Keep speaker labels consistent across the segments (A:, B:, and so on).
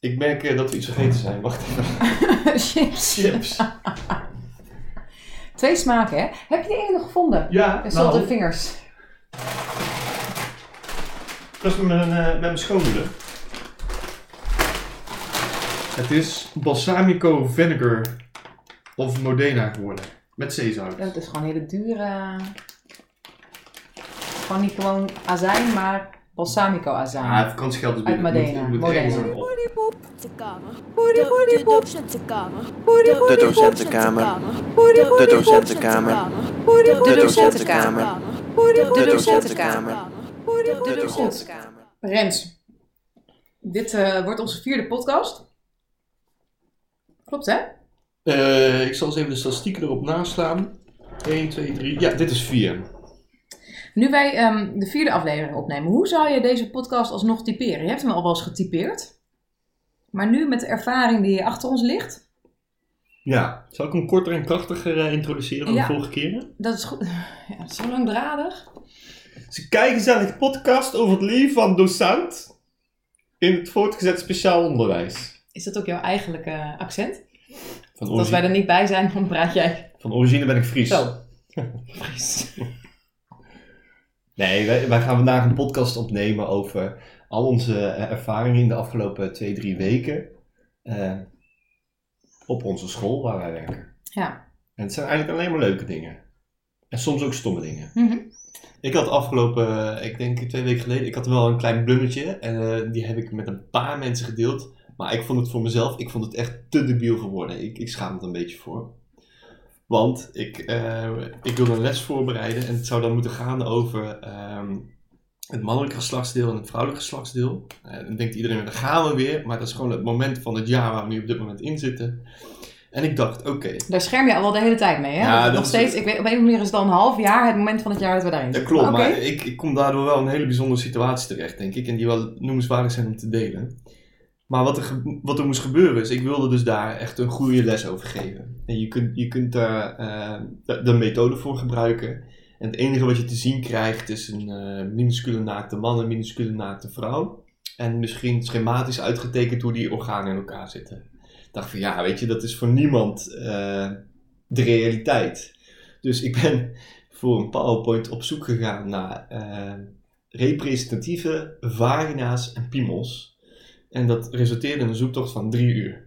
A: Ik merk eh, dat we iets vergeten zijn. Wacht even.
B: Chips.
A: Chips.
B: Twee smaken, hè? Heb je de ene gevonden?
A: Ja,
B: Het zat de
A: nou,
B: vingers.
A: ik was met mijn, eh, met mijn schoonmoeder. Het is balsamico vinegar of Modena geworden. Met zeezout.
B: Dat is gewoon hele dure. Gewoon niet gewoon azijn, maar balsamico azijn.
A: Ah, het vakantiegeld is
B: Uit
A: binnen. Het moet-
B: Modena.
A: het moet
B: Modena.
A: ergens worden op.
C: docentenkamer. De, de docentenkamer. De
D: docentenkamer.
C: De
D: docentenkamer.
C: De
D: docentenkamer.
C: De
D: docentenkamer.
C: De
B: Rens, dit eh, wordt onze vierde podcast. Klopt, hè?
A: Eh, ik zal eens even de statistieken erop naslaan. 1, 2, 3. Ja, dit is 4.
B: Nu wij ehm, de vierde aflevering opnemen, hoe zou je deze podcast alsnog typeren? Je hebt hem al wel eens getypeerd. Maar nu met de ervaring die achter ons ligt,
A: Ja. Zal ik hem korter en krachtiger eh, introduceren dan
B: Ja.
A: de vorige keren?
B: dat is goed. Ja, het is zo langdradig.
A: Ze kijken gezellig podcast over het leven van docent in het voortgezet speciaal onderwijs.
B: Is dat ook jouw eigenlijke accent?
A: Van
B: Als wij
A: origine,
B: er niet bij zijn, dan praat jij
A: van origine ben ik Fries.
B: zo. Fries.
A: Nee, wij, wij gaan vandaag een podcast opnemen over al onze eh, ervaringen in de afgelopen twee, drie weken. eh, op onze school waar wij werken.
B: Ja.
A: En het zijn eigenlijk alleen maar leuke dingen. En soms ook stomme dingen.
B: Mhm.
A: Ik had afgelopen, eh, ik denk twee weken geleden, ik had wel een klein blummetje. En eh, die heb ik met een paar mensen gedeeld. Maar ik vond het voor mezelf, ik vond het echt te debiel geworden. Ik, ik schaam het een beetje voor. Want ik, eh, ik wilde een les voorbereiden en het zou dan moeten gaan over ehm, het mannelijk geslachtsdeel en het vrouwelijk geslachtsdeel. En dan denkt iedereen, daar gaan we weer. Maar dat is gewoon het moment van het jaar waar we nu op dit moment in zitten. En ik dacht, oké,
B: Daar scherm je al wel de hele tijd mee, hè?
A: Ja, dat
B: Nog
A: is-
B: steeds, ik weet, op een of andere manier is het al een half jaar het moment van het jaar dat we daarin
A: Dat
B: zitten.
A: klopt,
B: Oké.
A: maar ik, ik kom daardoor wel in een hele bijzondere situatie terecht, denk ik. En die wel noemenswaardig zijn om te delen. Maar wat er, ge- wat er moest gebeuren is, ik wilde dus daar echt een goede les over geven. En je kunt, je kunt daar eh, de, de methode voor gebruiken. En het enige wat je te zien krijgt is een eh, minuscule naakte man en minuscule naakte vrouw. En misschien schematisch uitgetekend hoe die organen in elkaar zitten. Ik dacht van ja, weet je, dat is voor niemand eh, de realiteit. Dus ik ben voor een PowerPoint op zoek gegaan naar eh, representatieve vagina's en piemels. En dat resulteerde in een zoektocht van drie uur.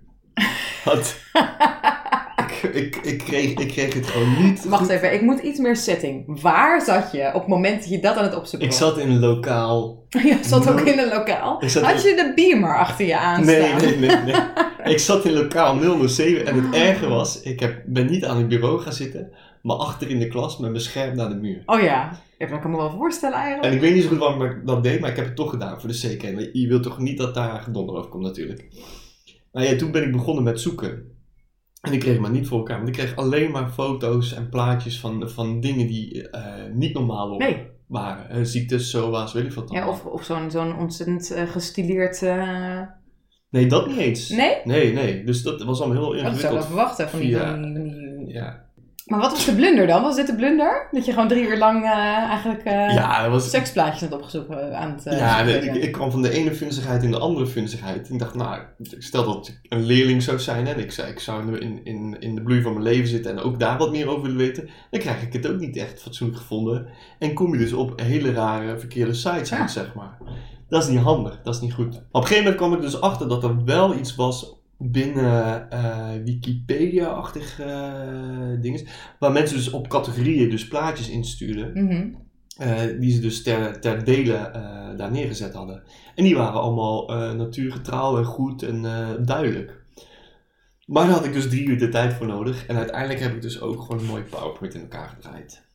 A: Wat? ik, ik, ik, kreeg, ik kreeg het gewoon niet.
B: Wacht
A: goed.
B: even, ik moet iets meer setting. Waar zat je op het moment dat je dat aan het opzoeken
A: Ik
B: was?
A: zat in een lokaal.
B: Je zat ook in een lokaal.
A: Ik zat
B: Had je de beamer achter je aan
A: Nee,
B: staan?
A: nee, nee, nee. Ik zat in lokaal 007 en het erge was, ik heb, ben niet aan het bureau gaan zitten, maar achter in de klas met mijn scherm naar de muur.
B: Oh ja, ja dat kan me wel voorstellen eigenlijk.
A: En ik weet niet zo goed waarom ik dat deed, maar ik heb het toch gedaan voor de zekerheid. Je wilt toch niet dat daar gedonder over komt natuurlijk. Nou ja, toen ben ik begonnen met zoeken. En ik kreeg het maar niet voor elkaar, want ik kreeg alleen maar foto's en plaatjes van, van dingen die eh, niet normaal
B: Nee,
A: waren. Eh, ziektes, SOA's, weet ik wat dan.
B: ja, of, of zo'n zo'n ontzettend eh, gestileerd... eh,
A: Nee, dat niet eens.
B: Nee?
A: Nee, nee. Dus dat was allemaal heel
B: Dat zou ik
A: ingewikkeld.
B: wel verwachten. Van die,
A: via-
B: van die- van die-
A: Ja.
B: Maar wat was de blunder dan? Was dit de blunder? Dat je gewoon drie uur lang eh, eigenlijk eh,
A: ja, dat was...
B: seksplaatjes aan het opgezoeken aan het... eh,
A: ja, nee,
B: zoeken.
A: ik, ik kwam van de ene funzigheid in de andere funzigheid. En ik dacht, nou, ik stel dat ik een leerling zou zijn en ik, zou- ik zou in de- in, in, in de bloei van mijn leven zitten en ook daar wat meer over willen weten, dan krijg ik het ook niet echt fatsoenlijk gevonden. En kom je dus op hele rare verkeerde sites
B: Ja.
A: uit, zeg maar. Dat is niet handig, dat is niet goed. Op een gegeven moment kwam ik dus achter dat er wel iets was binnen eh, Wikipedia-achtige eh, dingen, waar mensen dus op categorieën dus plaatjes instuurden.
B: Mhm.
A: Eh, die ze dus ter, ter dele eh, daar neergezet hadden. En die waren allemaal eh, natuurgetrouw en goed en eh, duidelijk. Maar daar had ik dus drie uur de tijd voor nodig. En uiteindelijk heb ik dus ook gewoon een mooie PowerPoint in elkaar gedraaid.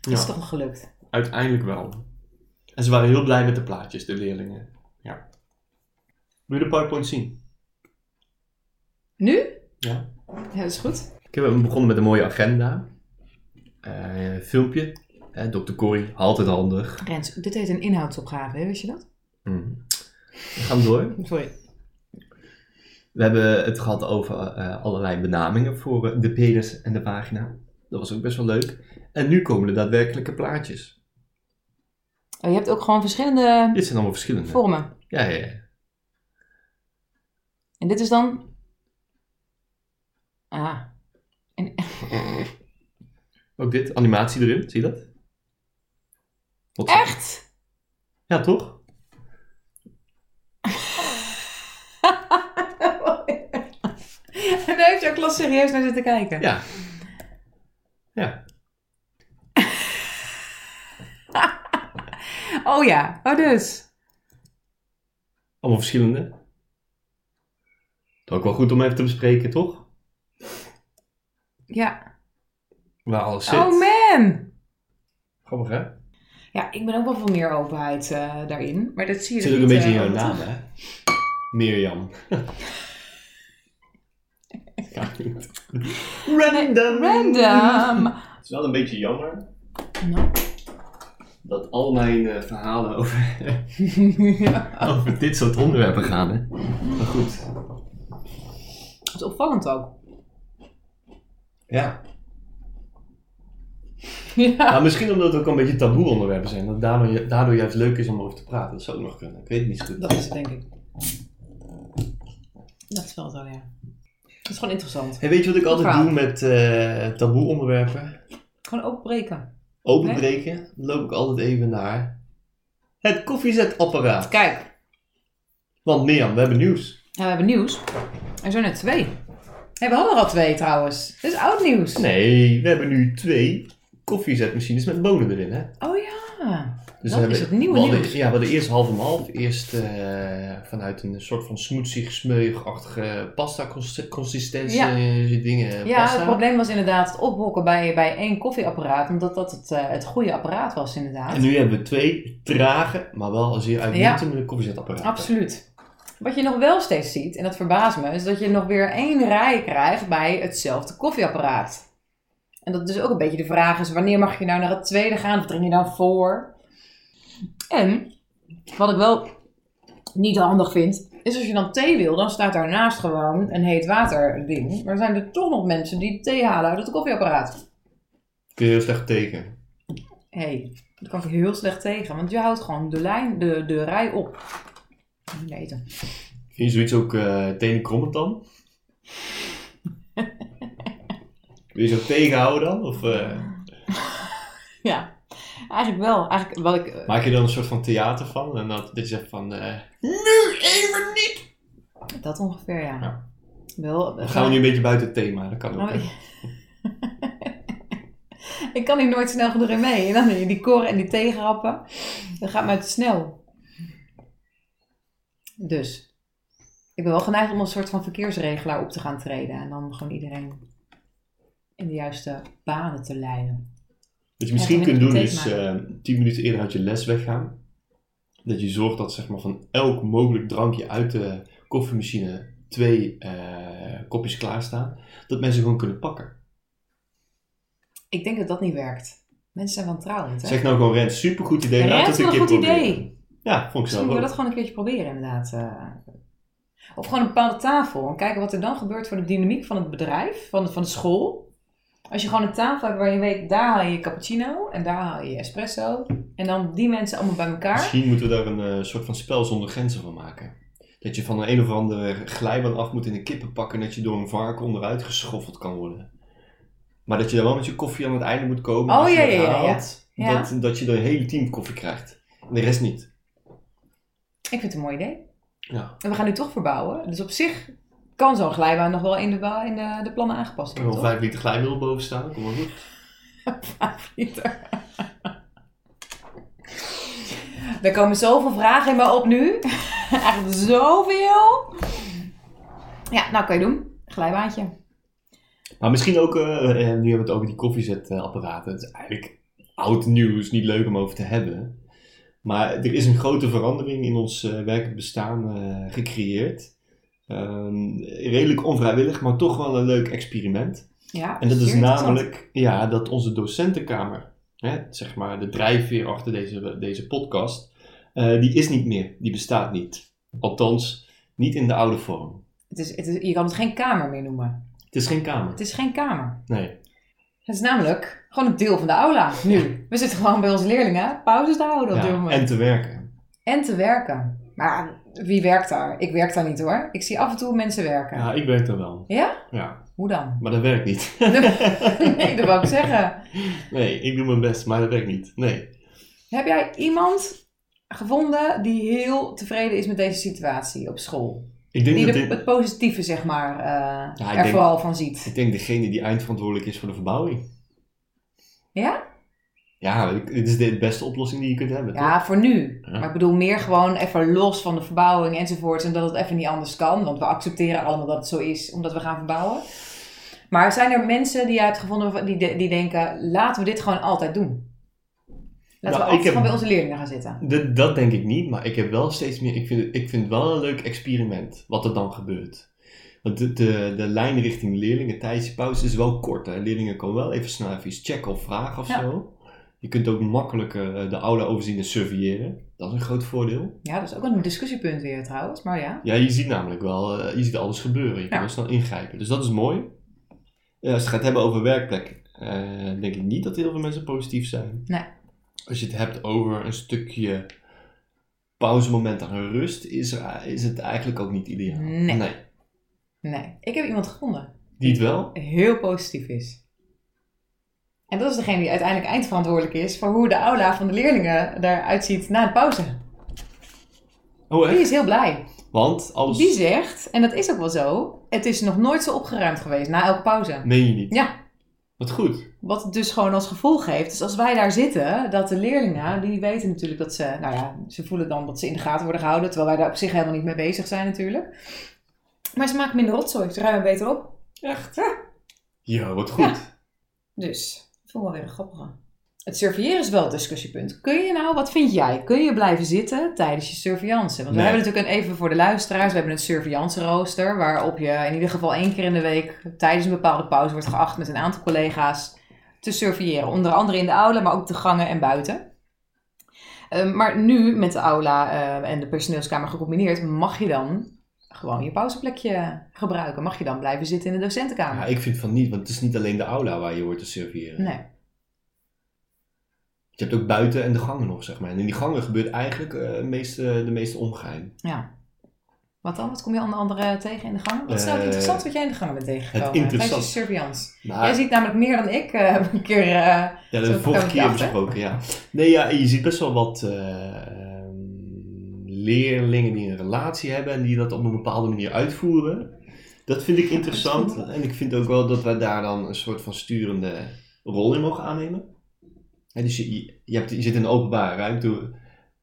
B: Dat is
A: Ja,
B: toch gelukt.
A: uiteindelijk wel. En ze waren heel blij met de plaatjes, de leerlingen. Ja. Wil je de PowerPoint zien?
B: Nu?
A: Ja.
B: Ja, dat is goed.
A: Ik heb begonnen met een mooie agenda. Eh, filmpje. Eh, Dr. Corrie, altijd handig.
B: Rens, dit heet een inhoudsopgave, hè? wist je dat?
A: Mhm. We gaan door.
B: Sorry.
A: We hebben het gehad over eh, allerlei benamingen voor eh, de penis en de vagina. Dat was ook best wel leuk. En nu komen de daadwerkelijke plaatjes.
B: Oh, je hebt ook gewoon verschillende
A: Dit zijn allemaal verschillende.
B: vormen.
A: Ja, ja, ja.
B: En dit is dan. Ah.
A: Ook dit, animatie erin, zie je dat? Wat-
B: Echt?
A: Ja, toch?
B: en daar heeft jouw klas serieus naar zitten kijken.
A: Ja. Ja.
B: Oh ja, oh dus.
A: Allemaal verschillende. Dat is ook wel goed om even te bespreken, toch?
B: Ja.
A: Waar alles zit.
B: Oh man!
A: Grappig, hè?
B: Ja, ik ben ook wel voor meer openheid eh, daarin. Maar dat zie je
A: Het zit ook
B: dus
A: een beetje
B: niet,
A: in
B: eh,
A: jouw
B: altijd
A: naam,
B: terug.
A: hè? Mirjam. ja, niet. Random.
B: Random!
A: Het is wel een beetje jammer
B: Nou.
A: dat al mijn eh, verhalen over, over dit soort onderwerpen gaan, hè? Maar goed.
B: Dat is opvallend ook.
A: Ja.
B: Ja.
A: Nou, misschien omdat het ook een beetje taboe onderwerpen zijn. Dat daardoor, ju- daardoor juist leuk is om over te praten. Dat zou ook nog kunnen. Ik weet het niet zo goed.
B: Dat is het, denk ik. Dat is wel zo, ja. Dat is gewoon interessant.
A: Hey, weet je wat ik
B: Goed
A: altijd
B: verhaal.
A: doe met eh, taboe onderwerpen?
B: Gewoon openbreken.
A: Openbreken. Dan loop ik altijd even naar het koffiezetapparaat.
B: Kijk,
A: Want Mirjam, we hebben nieuws.
B: ja, we hebben nieuws. Er zijn er twee. Hey, we hadden er al twee trouwens. Dit is oud nieuws.
A: Nee, we hebben nu twee koffiezetmachines met bonen erin, hè?
B: Oh ja.
A: Dus
B: Dat
A: we
B: is het nieuwe
A: we hadden-
B: nieuws.
A: Ja, we hadden eerst half om half. Eerst eh, vanuid een soort van smoetsig, smeuigachtige pasta cons- consistentie
B: Ja.
A: eh, dingen.
B: Ja,
A: pasta.
B: het probleem was inderdaad het ophokken bij, bij één koffieapparaat. Omdat dat het, eh, het goede apparaat was inderdaad.
A: En nu hebben we twee trage, maar wel zeer uitmuntende koffiezetapparaten.
B: Absoluut. Wat je nog wel steeds ziet, en dat verbaast me, is dat je nog weer één rij krijgt bij hetzelfde koffieapparaat. En dat dus ook een beetje de vraag is, wanneer mag je nou naar het tweede gaan? Of drink je nou voor? En, wat ik wel niet handig vind, is als je dan thee wil, dan staat daarnaast gewoon een heet water ding. Maar er zijn er toch nog mensen die thee halen uit het koffieapparaat.
A: Kun je heel slecht tekenen.
B: Hé, hey, dat kan ik heel slecht tegen, want je houdt gewoon de, lijn, de, de rij op. Nee, dan.
A: Vind je zoiets ook eh tenen krommend dan? Wil je zo tegenhouden dan? Of eh,
B: Ja, eigenlijk wel. Eigenlijk wat ik, eh,
A: maak je er dan een soort van theater van? En dat, dat je zegt van, eh, nu even niet!
B: dat ongeveer, ja.
A: Ja.
B: Wel,
A: Dan gaan we nu een beetje buiten het thema, dat
B: Oh,
A: kan ook. hè.
B: ik kan hier nooit snel genoeg in mee. En dan die koren en die tegenrappen. Dan gaat mij te snel. Dus. Ik ben wel geneigd om als soort van verkeersregelaar op te gaan treden. En dan gewoon iedereen in de juiste banen te leiden.
A: Wat je
B: Ja,
A: misschien
B: dan
A: kunt
B: heb je
A: doen
B: het
A: is eh, 10 minuten eerder uit je les weggaan. Dat je zorgt dat zeg maar, van elk mogelijk drankje uit de koffiemachine twee eh, kopjes klaarstaan. Dat mensen gewoon kunnen pakken.
B: Ik denk dat dat niet werkt. Mensen zijn wantrouwend, hè?
A: Zeg nou gewoon Rens, supergoed idee.
B: Ja,
A: Laat
B: Rens,
A: het een
B: wat
A: keer
B: een goed
A: proberen.
B: idee.
A: Ja, vond ik
B: Misschien
A: zelf
B: moeten we
A: ook.
B: dat gewoon een keertje proberen, inderdaad. eh. Of gewoon een bepaalde tafel en kijken wat er dan gebeurt voor de dynamiek van het bedrijf, van de, van de school. Als je gewoon een tafel hebt waar je weet, daar haal je je cappuccino en daar haal je je espresso. En dan die mensen allemaal bij elkaar.
A: Misschien moeten we daar een eh, soort van spel zonder grenzen van maken. Dat je van een, een of andere glijbaan af moet in een kippenpak en dat je door een varken onderuit geschoffeld kan worden. Maar dat je dan wel met je koffie aan het einde moet komen.
B: Oh,
A: als je
B: ja,
A: het
B: ja, ja, ja.
A: haalt,
B: Ja.
A: Dat, dat je dan een hele team koffie krijgt. En de rest niet.
B: Ik vind het een mooi idee.
A: Ja.
B: En we gaan nu toch verbouwen. Dus op zich kan zo'n glijbaan nog wel in de, ba- in de, de plannen aangepast
A: Ik heb
B: worden.
A: wel vijf
B: toch?
A: liter glijmiddel boven staan, kom maar goed.
B: Pieter. Er komen zoveel vragen in me op nu. Echt zoveel. Ja, nou kan je doen. Glijbaantje.
A: Maar misschien ook, eh, eh, nu hebben we het over die koffiezetapparaten. Het is eigenlijk oud nieuws, niet leuk om over te hebben. Maar er is een grote verandering in ons eh werkend bestaan eh, gecreëerd. Ehm, redelijk onvrijwillig, maar toch wel een leuk experiment.
B: Ja,
A: En dat is
B: zeer interessant.
A: namelijk ja, dat onze docentenkamer, hè, zeg maar de drijfveer achter deze, deze podcast, eh, die is niet meer. Die bestaat niet. Althans, niet in de oude vorm.
B: Het is, het is, je kan het geen kamer meer noemen.
A: Het is geen kamer.
B: Het is geen kamer.
A: Nee.
B: Het is namelijk gewoon een deel van de aula nu. We zitten gewoon bij onze leerlingen pauzes te houden op dit
A: Ja,
B: moment.
A: en te werken.
B: en te werken. Maar Wie werkt daar? Ik werk daar niet hoor. Ik zie af en toe mensen werken.
A: Ja, ik werk daar wel.
B: Ja?
A: Ja,
B: Hoe dan?
A: maar dat werkt niet.
B: nee, dat wou ik zeggen.
A: Nee, ik doe mijn best, maar dat werkt niet. Nee.
B: Heb jij iemand gevonden die heel tevreden is met deze situatie op school?
A: Ik denk,
B: Die
A: dat
B: de-
A: dit-
B: het positieve, zeg maar, eh,
A: Ja, ik
B: er
A: denk-
B: vooral van ziet.
A: ik denk degene die eindverantwoordelijk is voor de verbouwing.
B: Ja?
A: Ja, ik- dit is de beste oplossing die je kunt hebben. toch?
B: Ja, voor nu.
A: Ja.
B: Maar ik bedoel meer gewoon even los van de verbouwing enzovoorts. En dat het even niet anders kan. Want we accepteren allemaal dat het zo is, omdat we gaan verbouwen. Maar zijn er mensen die jij hebt gevonden waarvan- die, de- die denken, laten we dit gewoon altijd doen? Laten
A: Nou,
B: we
A: ik
B: altijd
A: heb-
B: gewoon bij onze leerlingen gaan zitten.
A: Dat, dat denk ik niet, maar ik heb wel steeds meer. Ik vind, het- ik vind het wel een leuk experiment wat er dan gebeurt. Want de, de, de lijn richting leerlingen tijdens die pauze is wel kort. Hè? Leerlingen komen wel even snel even iets checken of vragen of
B: Ja.
A: zo. Je kunt ook makkelijk eh, de oude overziende surveilleren. Dat is een groot voordeel.
B: Ja, dat is ook een discussiepunt weer trouwens. Maar ja.
A: Ja, je ziet namelijk wel, eh, je ziet alles gebeuren. Je kan
B: Ja.
A: wel snel ingrijpen. Dus dat is mooi. Ja, als je het gaat hebben over werkplek, eh, denk ik niet dat heel veel mensen positief zijn.
B: Nee.
A: Als je het hebt over een stukje pauzemoment aan rust, is, er, is het eigenlijk ook niet ideaal.
B: Nee. Nee, ik heb iemand gevonden.
A: Die het wel?
B: Heel positief is. En dat is degene die uiteindelijk eindverantwoordelijk is voor hoe de aula van de leerlingen eruit ziet na de pauze.
A: Oh,
B: Die
A: echt?
B: is heel blij.
A: Want alles.
B: Die zegt, en dat is ook wel zo, het is nog nooit zo opgeruimd geweest na elke pauze.
A: Meen je niet?
B: Ja.
A: Wat goed.
B: Wat het dus gewoon als gevolg heeft, dus als wij daar zitten, dat de leerlingen, die weten natuurlijk dat ze, nou ja, ze voelen dan dat ze in de gaten worden gehouden, terwijl wij daar op zich helemaal niet mee bezig zijn natuurlijk. Maar ze maken minder rotzooi, ze ruimen beter op.
A: Echt?
B: Ja.
A: Ja, wat goed.
B: Dus, dat vond ik wel weer een grappige. Het surveilleren is wel het discussiepunt. Kun je nou, wat vind jij? Kun je blijven zitten tijdens je surveillance?
A: Nee.
B: Want we hebben natuurlijk een, even voor de luisteraars, we hebben een surveillance rooster. Waarop je in ieder geval één keer in de week tijdens een bepaalde pauze wordt geacht met een aantal collega's te surveilleren. Onder andere in de aula, maar ook de gangen en buiten. Ehm, maar nu, met de aula eh, en de personeelskamer gecombineerd, mag je dan gewoon je pauzeplekje gebruiken. Mag je dan blijven zitten in de docentenkamer?
A: Ja, ik vind van niet, want het is niet alleen de aula waar je hoort te surveilleren.
B: Nee.
A: Je hebt ook buiten en de gangen nog, zeg maar. En in die gangen gebeurt eigenlijk eh, het meeste, de meeste ongeheim.
B: Ja. Wat dan? Wat kom je onder andere tegen in de gang? Wat is nou
A: Eh,
B: interessant wat jij in de gang bent tegengekomen?
A: het interessant- Ah.
B: Tijdens je surveillance.
A: Maar-
B: Jij ziet namelijk meer dan ik eh, een keer. eh,
A: Ja, dat
B: Zo
A: hebben we vorige
B: kan ik
A: keer
B: af, hè?
A: besproken, ja. Nee, ja, je ziet best wel wat eh, ehm, leerlingen die een relatie hebben en die dat op een bepaalde manier uitvoeren. Dat vind ik interessant. En ik vind ook wel dat wij daar dan een soort van sturende rol in mogen aannemen. Hè, dus je, je- je, hebt, je zit in een openbare ruimte.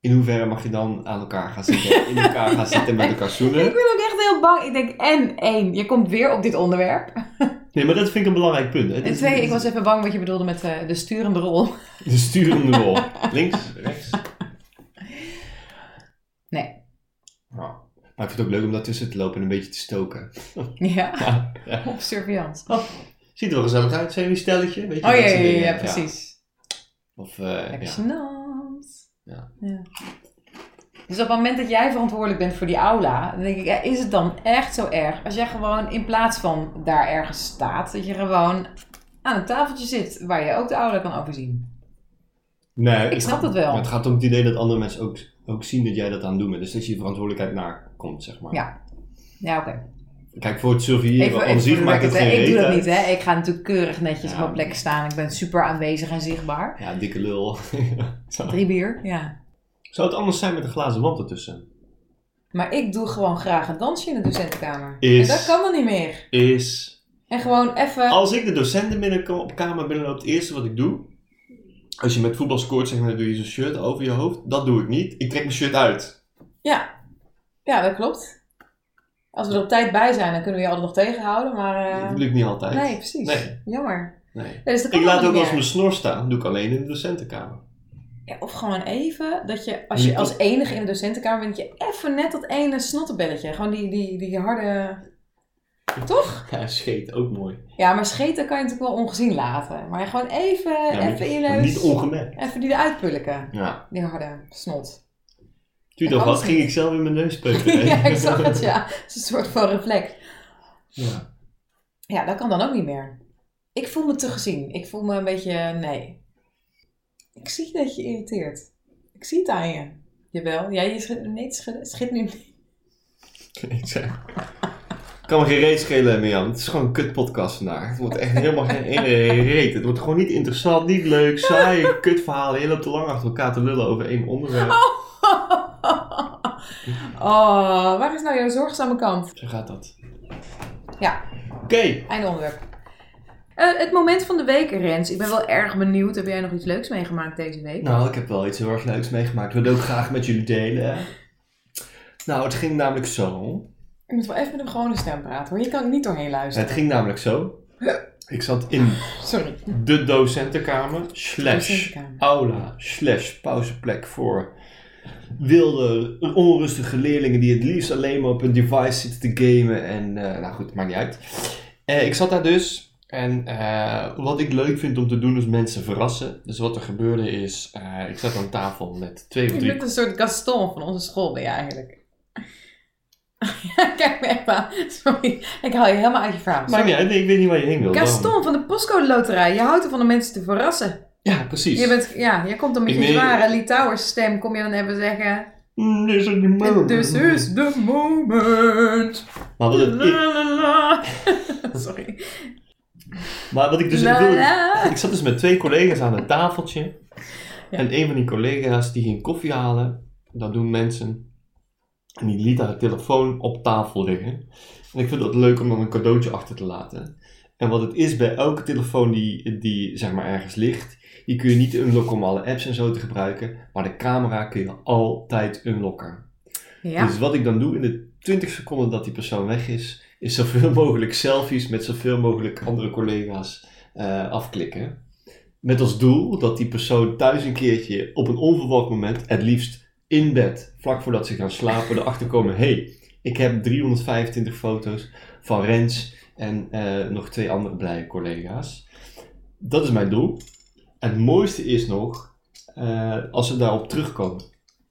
A: In hoeverre mag je dan aan elkaar gaan zitten, in elkaar gaan zitten en met elkaar
B: ik
A: zoenen?
B: ben ook echt heel bang. Ik denk, en één, je komt weer op dit onderwerp.
A: Nee, maar dat vind ik een belangrijk punt. Hè.
B: En
A: Dit-
B: twee,
A: dit-
B: ik was even bang wat je bedoelde met eh, de sturende rol.
A: De sturende rol. Links, rechts.
B: Nee.
A: Nou, maar ik vind het ook leuk om daartussen te lopen en een beetje te stoken.
B: Ja,
A: Ja, ja.
B: op surveillance.
A: Ziet er wel gezellig uit, zijn jullie stelletje? Weet je,
B: Oh ja,
A: dat
B: ja,
A: soort
B: ja,
A: dingen.
B: ja, precies.
A: Of, eh, ja.
B: Actionant.
A: Ja.
B: Dus op het moment dat jij verantwoordelijk bent voor die aula, dan denk ik, ja, is het dan echt zo erg als jij gewoon in plaats van daar ergens staat, dat je gewoon aan een tafeltje zit waar je ook de aula kan overzien?
A: Nee,
B: Ik snap dat wel.
A: Maar het gaat om het idee dat andere mensen ook, ook zien dat jij dat aan het doen bent. Dus dat je je verantwoordelijkheid nakomt, zeg maar.
B: Ja. Ja, oké.
A: Kijk, voor het surveilleren aan
B: voor
A: zich
B: de
A: maakt het
B: record, hè.
A: geen
B: Ik doe
A: reet
B: dat
A: uit.
B: niet, hè. Ik ga natuurlijk keurig
A: Ja.
B: netjes op mijn plek staan. Ik ben super aanwezig en zichtbaar.
A: Ja, dikke lul. Zou-
B: Drie bier, ja.
A: Zou het anders zijn met een glazen wand ertussen?
B: Maar ik doe gewoon graag een dansje in de docentenkamer.
A: Is-
B: En dat kan dan niet meer.
A: Is
B: En gewoon even...
A: Als ik de docenten binnenkom, op kamer binnenloop, het eerste wat ik doe. Als je met voetbal scoort, zeg maar, dan doe je zo'n shirt over je hoofd. Dat doe ik niet. Ik trek mijn shirt uit.
B: Ja. ja, dat klopt. Als we er op tijd bij zijn, dan kunnen we je altijd nog tegenhouden. Maar, eh,
A: Dat lukt niet altijd.
B: nee, precies.
A: Nee.
B: Jammer.
A: Nee.
B: Ja, dus dat kan
A: Ik laat
B: allemaal
A: ook
B: niet
A: wel eens
B: meer.
A: mijn snor staan. Dat doe ik alleen in de docentenkamer.
B: Ja, of gewoon even, dat je als
A: Je
B: je
A: moet
B: als enige in de docentenkamer bent, dat je even net dat ene snottenbelletje. Gewoon die, die, die harde... Toch?
A: Ja, scheet. Ook mooi.
B: Ja, maar scheten kan je natuurlijk wel ongezien laten. Maar gewoon even,
A: Ja, maar-
B: even in
A: maar
B: neus.
A: Niet ongemerkt.
B: Even die eruit pulken.
A: Ja.
B: Die harde snot.
A: Tuur toch
B: kan
A: wat?
B: het
A: Ging
B: niet.
A: ik zelf in mijn neus peuken.
B: ja, ik zag het, ja. Het is een soort van reflex.
A: Ja.
B: Ja, dat kan dan ook niet meer. Ik voel me te gezien. Ik voel me een beetje, nee. Ik zie dat je irriteert. Ik zie het aan je. Jawel. Jij je schud, nee, schud, schud nu.
A: Ik zeg. Ik kan me geen reet schelen, Mirjam. Het is gewoon een kutpodcast vandaag. Het wordt echt helemaal geen ene reet. Het wordt gewoon niet interessant, niet leuk, saai, kutverhalen. Je loopt te lang achter elkaar te lullen over één onderwerp.
B: Oh, waar is nou jouw zorgzame kant?
A: Zo gaat dat.
B: Ja.
A: Oké,
B: Einde onderwerp. Eh, het moment van de week, Rens. Ik ben wel erg benieuwd. Heb jij nog iets leuks meegemaakt deze week?
A: nou, ik heb wel iets heel erg leuks meegemaakt. Ik wil het ook graag met jullie delen. Nou, het ging namelijk zo.
B: Ik moet wel even met een gewone stem praten, hoor. Je kan er niet doorheen luisteren.
A: Het ging namelijk zo. Ik zat in
B: Sorry.
A: de docentenkamer slash
B: Docentenkamer.
A: aula slash pauzeplek voor wilde, onrustige leerlingen die het liefst alleen maar op een device zitten te gamen. En eh, nou goed, maakt niet uit. Eh, ik zat daar dus. En eh, wat ik leuk vind om te doen is mensen verrassen. Dus wat er gebeurde is, eh, ik zat aan tafel met twee of
B: Je
A: drie
B: bent een soort Gaston van onze school, ben je eigenlijk. Kijk me echt aan. Sorry. Ik haal je helemaal uit je verhaal.
A: Maakt niet uit, nee, ik weet niet waar je heen wil. daarom.
B: Gaston van de postcode loterij. Je houdt ervan om mensen te verrassen.
A: Ja, precies.
B: Je bent, ja, jij komt dan met
A: Ik
B: je
A: meen-
B: zware Litouwers stem. Kom je dan even zeggen...
A: Mm, dit is het niet meer.
B: This is the moment.
A: Maar wat, het- ik,
B: La, la, la. Sorry.
A: maar wat ik dus...
B: La,
A: ik wil-
B: la.
A: Ik zat dus met twee collega's aan een tafeltje.
B: Ja.
A: En een van die collega's die ging koffie halen. Dat doen mensen. En die liet haar telefoon op tafel liggen. En ik vind dat leuk om dan een cadeautje achter te laten. En wat het is bij elke telefoon die, die zeg maar ergens ligt. Die kun je niet unlocken om alle apps en zo te gebruiken. Maar de camera kun je altijd unlocken.
B: Ja.
A: Dus wat ik dan doe in de 20 seconden dat die persoon weg is. Is zoveel mogelijk selfies met zoveel mogelijk andere collega's eh, afklikken. Met als doel dat die persoon thuis een keertje op een onverwacht moment, het liefst in bed, vlak voordat ze gaan slapen, erachter komen: hé, hey, ik heb 325 foto's van Rens en eh, nog twee andere blije collega's. Dat is mijn doel. En het mooiste is nog eh, als ze daarop terugkomen.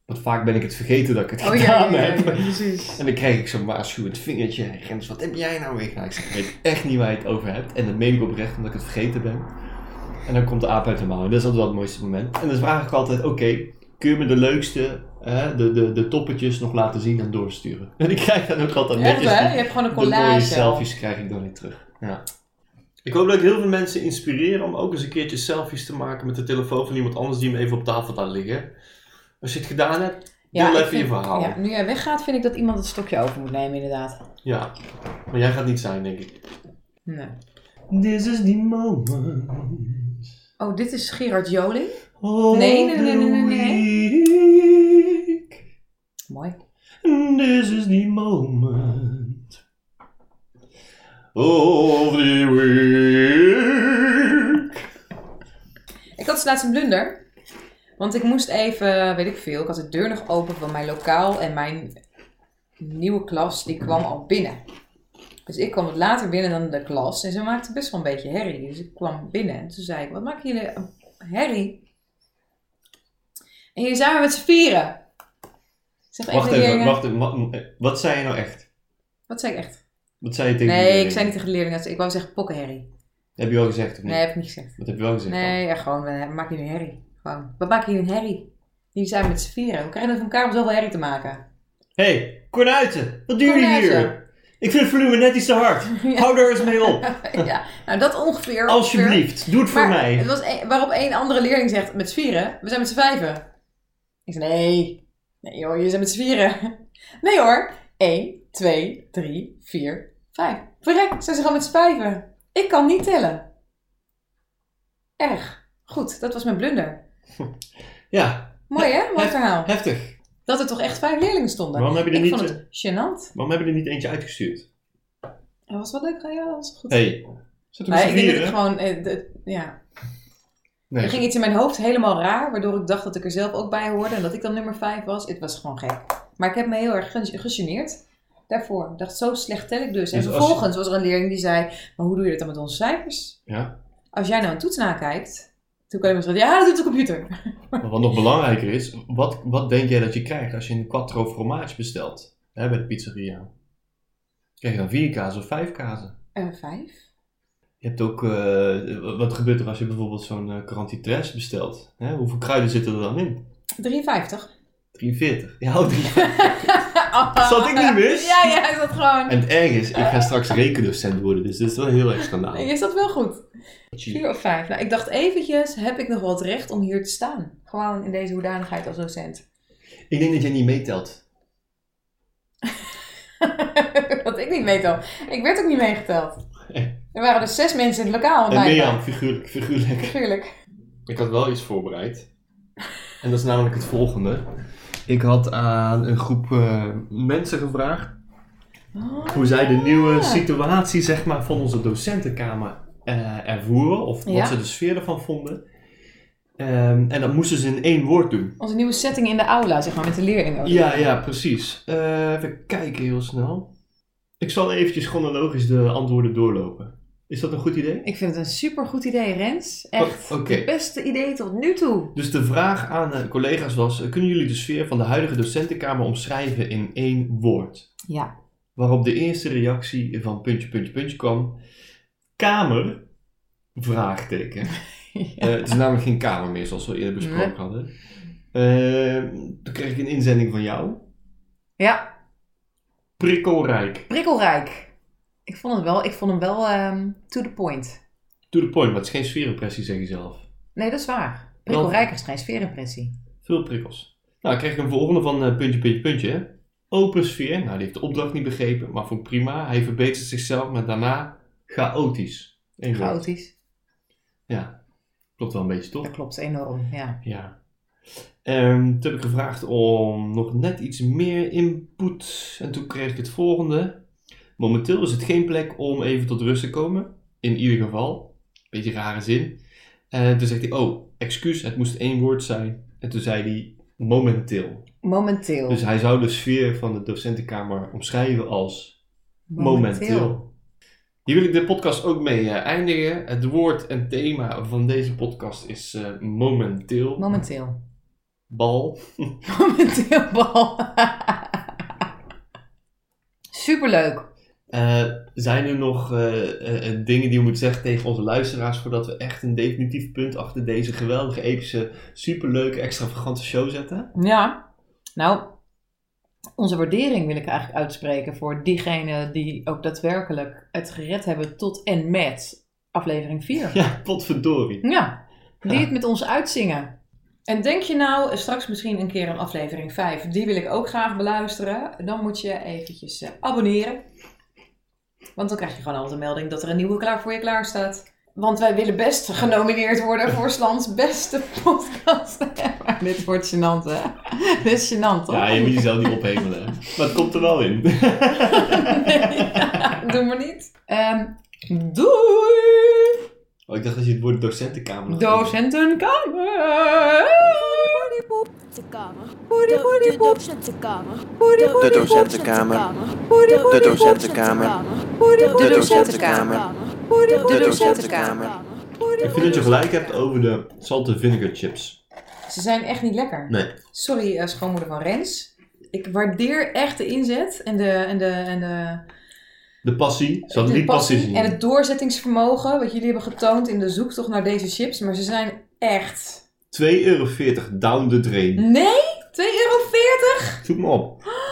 A: Want vaak ben ik het vergeten dat ik het
B: Oh ja,
A: gedaan
B: ja, ja, ja,
A: heb.
B: precies.
A: En dan krijg ik zo'n waarschuwend vingertje. Rens, wat heb jij nou weer gedaan? Ik zeg, ik weet echt niet waar je het over hebt. En dat meen ik oprecht, omdat ik het vergeten ben. En dan komt de aap uit de mouw. En dat is altijd wel het mooiste moment. En dan vraag ik altijd, oké, kun je me de leukste, hè, de, de, de toppetjes nog laten zien en doorsturen? En ik krijg dan ook altijd
B: Echt
A: netjes
B: hè?
A: die-
B: Je hebt gewoon een
A: de mooie
B: collage. al.
A: selfies krijg ik dan weer terug. Ja. Ik hoop dat ik heel veel mensen inspireer om ook eens een keertje selfies te maken met de telefoon van iemand anders die hem even op tafel laat liggen. Als je het gedaan hebt,
B: Ja,
A: deel
B: ik
A: even
B: vind-
A: je verhaal.
B: Ja, nu jij weggaat vind ik dat iemand het stokje over moet nemen inderdaad.
A: Ja, maar jij gaat niet zijn, denk ik.
B: Nee.
A: This is the moment.
B: Oh, dit is Gerard Joling.
A: of
B: Nee, nee, nee,
A: the
B: nee, nee, nee.
A: week.
B: Mooi.
A: This is the moment. Of the week.
B: Ik had dus laatst een blunder. Want ik moest even, weet ik veel, ik had de deur nog open van mijn lokaal en mijn nieuwe klas, die kwam al binnen. Dus ik kwam wat later binnen dan de klas en ze maakte best wel een beetje herrie. Dus ik kwam binnen en toen zei ik, wat maken jullie een herrie? En jullie zijn we met z'n vieren. Ik Zeg
A: Wacht
B: tegen de
A: even,
B: leerlingen-
A: wacht even. Wat, wat zei je nou echt?
B: Wat zei ik echt?
A: Wat zei je tegen die
B: Nee, ik
A: leerling?
B: zei niet tegen de leerlingen, ik wou zeggen pokkenherrie.
A: Heb je wel gezegd of niet?
B: Nee, heb ik niet gezegd.
A: Wat heb je wel gezegd dan?
B: Nee, ja, gewoon, eh, maak je een herrie. Gewoon, we maken hier een herrie. Die zijn met z'n vieren. We krijgen het van elkaar om zoveel herrie te maken.
A: hey, Cornuiten, wat doen jullie
B: Cornuiten.
A: hier? Ik vind het volume net iets te hard.
B: Ja.
A: Hou daar eens mee op.
B: ja, nou dat ongeveer. ongeveer.
A: Alsjeblieft, doe het voor
B: Maar
A: mij.
B: Het was een- waarop één andere leerling zegt, met z'n vieren, we zijn met z'n vijven. Ik zei, nee. Nee hoor, je zijn met z'n vieren. Nee hoor. 1, 2, 3, 4, 5. Verrek, zijn ze gewoon met z'n vijven. Ik kan niet tellen. Erg. Goed, dat was mijn blunder.
A: Ja,
B: Mooi hè? Mooi
A: Hef-
B: verhaal.
A: heftig.
B: Dat er toch echt vijf leerlingen stonden.
A: Waarom heb je er,
B: Ik
A: niet, eh,
B: vond het gênant.
A: waarom heb je er niet eentje uitgestuurd?
B: Dat was wel leuk, ja, dat was goed.
A: Hé, hey, zet hem
B: Maar ik denk dat
A: vieren.
B: ik gewoon, eh, d- ja.
A: Nee,
B: Er ging iets in mijn hoofd helemaal raar, waardoor ik dacht dat ik er zelf ook bij hoorde en dat ik dan nummer 5 was. Het was gewoon gek. Maar ik heb me heel erg gen- gegeneerd daarvoor. Ik dacht, zo slecht tel ik dus. En
A: Dus als je-
B: vervolgens was er een leerling die zei, maar hoe doe je dat dan met onze cijfers?
A: Ja.
B: Als jij nou een toets nakijkt, toen kan je maar zeggen, ja, dat doet de computer.
A: maar wat nog belangrijker is, wat, wat denk jij dat je krijgt als je een quattro fromage bestelt hè, bij de pizzeria? Krijg je dan vier kazen of vijf kazen?
B: Eh, vijf?
A: Je hebt ook, eh, wat gebeurt er als je bijvoorbeeld zo'n eh carantitres bestelt? Hè? Hoeveel kruiden zitten er dan in?
B: 53.
A: 43. Ja, oh, drie- Zat ik niet mis?
B: Ja, ja, is dat gewoon.
A: En het erg is, ik ga straks rekendocent worden, dus dat is wel heel erg
B: Nee,
A: schandalig.
B: Is dat wel goed? Vier of vijf. Nou, ik dacht eventjes, heb ik nog wel het recht om hier te staan? Gewoon in deze hoedanigheid als docent.
A: Ik denk dat jij niet meetelt.
B: dat ik niet meetel. Ik werd ook niet meegeteld.
A: Nee.
B: Er waren dus zes mensen in het lokaal.
A: En
B: want mij-
A: Eh, Mirjam, figuurlijk, figuurlijk.
B: Figuurlijk.
A: Ik had wel iets voorbereid. En dat is namelijk het volgende. Ik had aan een groep eh, mensen gevraagd
B: Oh,
A: hoe zij de nieuwe situatie zeg maar, van onze docentenkamer eh, ervoeren. Of
B: Ja.
A: wat ze de sfeer ervan vonden. Ehm, en dat moesten ze in één woord doen.
B: Onze nieuwe setting in de aula, zeg maar, met de leerlingen.
A: Ja, ja, precies. Eh, even kijken heel snel. Ik zal eventjes chronologisch de antwoorden doorlopen. Is dat een goed idee?
B: Ik vind het een supergoed idee, Rens. Echt.
A: O-
B: Het
A: oké.
B: beste idee tot nu toe.
A: Dus de vraag aan de collega's was: eh, kunnen jullie de sfeer van de huidige docentenkamer omschrijven in één woord?
B: Ja.
A: Waarop de eerste reactie van puntje, puntje, puntje kwam: Kamer? Vraagteken. Eh, het is namelijk geen kamer meer, zoals we eerder besproken
B: Nee.
A: hadden. Eh, toen kreeg ik een inzending van jou.
B: Ja,
A: Prikkelrijk.
B: prikkelrijk. Ik vond, het wel, ik vond hem wel ehm, to the point.
A: To the point, maar het is geen sfeerimpressie, zeg je zelf.
B: Nee, dat is waar. Prikkelrijk is geen sfeerimpressie.
A: Veel prikkels. Nou, dan kreeg ik een volgende van eh, puntje, puntje, puntje. Open sfeer. Nou, die heeft de opdracht niet begrepen, maar vond ik prima. Hij verbetert zichzelf, maar daarna chaotisch. Eén woord.
B: Chaotisch.
A: Ja, klopt wel een beetje, toch?
B: Dat klopt enorm, ja.
A: Ja. Ehm, toen heb ik gevraagd om nog net iets meer input. En toen kreeg ik het volgende. Momenteel is het geen plek om even tot rust te komen. In ieder geval. Beetje rare zin. En toen zegt hij, oh, excuus, het moest één woord zijn. En toen zei hij, momenteel.
B: Momenteel.
A: Dus hij zou de sfeer van de docentenkamer omschrijven als momenteel. Hier wil ik de podcast ook mee eh, eindigen. Het woord en thema van deze podcast is eh, momenteel.
B: Momenteel.
A: Bal.
B: Momenteel bal. Superleuk.
A: Eh, zijn er nog eh, eh, eh, dingen die we moeten zeggen tegen onze luisteraars voordat we echt een definitief punt achter deze geweldige, epische, superleuke, extravagante show zetten?
B: Ja. Nou, onze waardering wil ik eigenlijk uitspreken voor diegenen die ook daadwerkelijk het gered hebben tot en met aflevering 4.
A: Ja, potverdorie.
B: Ja, die
A: Ja.
B: het met ons uitzingen. En denk je nou eh, straks misschien een keer een aflevering 5, die wil ik ook graag beluisteren, dan moet je eventjes eh, abonneren. Want dan krijg je gewoon altijd een melding dat er een nieuwe klaar voor je klaar staat. Want wij willen best genomineerd worden voor 's lands beste podcast. maar dit wordt gênant, hè? Dit is gênant, toch?
A: Ja, je moet jezelf niet ophemelen. Maar het komt er wel in.
B: Doe maar niet. Ehm, doei!
A: Oh, ik dacht dat je het woord docentenkamer had.
B: Docentenkamer!
C: De docentenkamer. De docentenkamer. De docentenkamer. De docentenkamer. De docentenkamer.
A: Ik vind dat je gelijk hebt over de salte vinegar chips.
B: Ze zijn echt niet lekker.
A: Nee.
B: Sorry, eh, schoonmoeder van Rens. Ik waardeer echt de inzet en de, en de, en de,
A: De passie. Ze hadden
B: de
A: die passie zien.
B: en het doorzettingsvermogen wat jullie hebben getoond in de zoektocht naar deze chips. Maar ze zijn echt... Hm.
A: 2,40 euro down the drain.
B: Nee? 2,40 euro?
A: Zoek me op.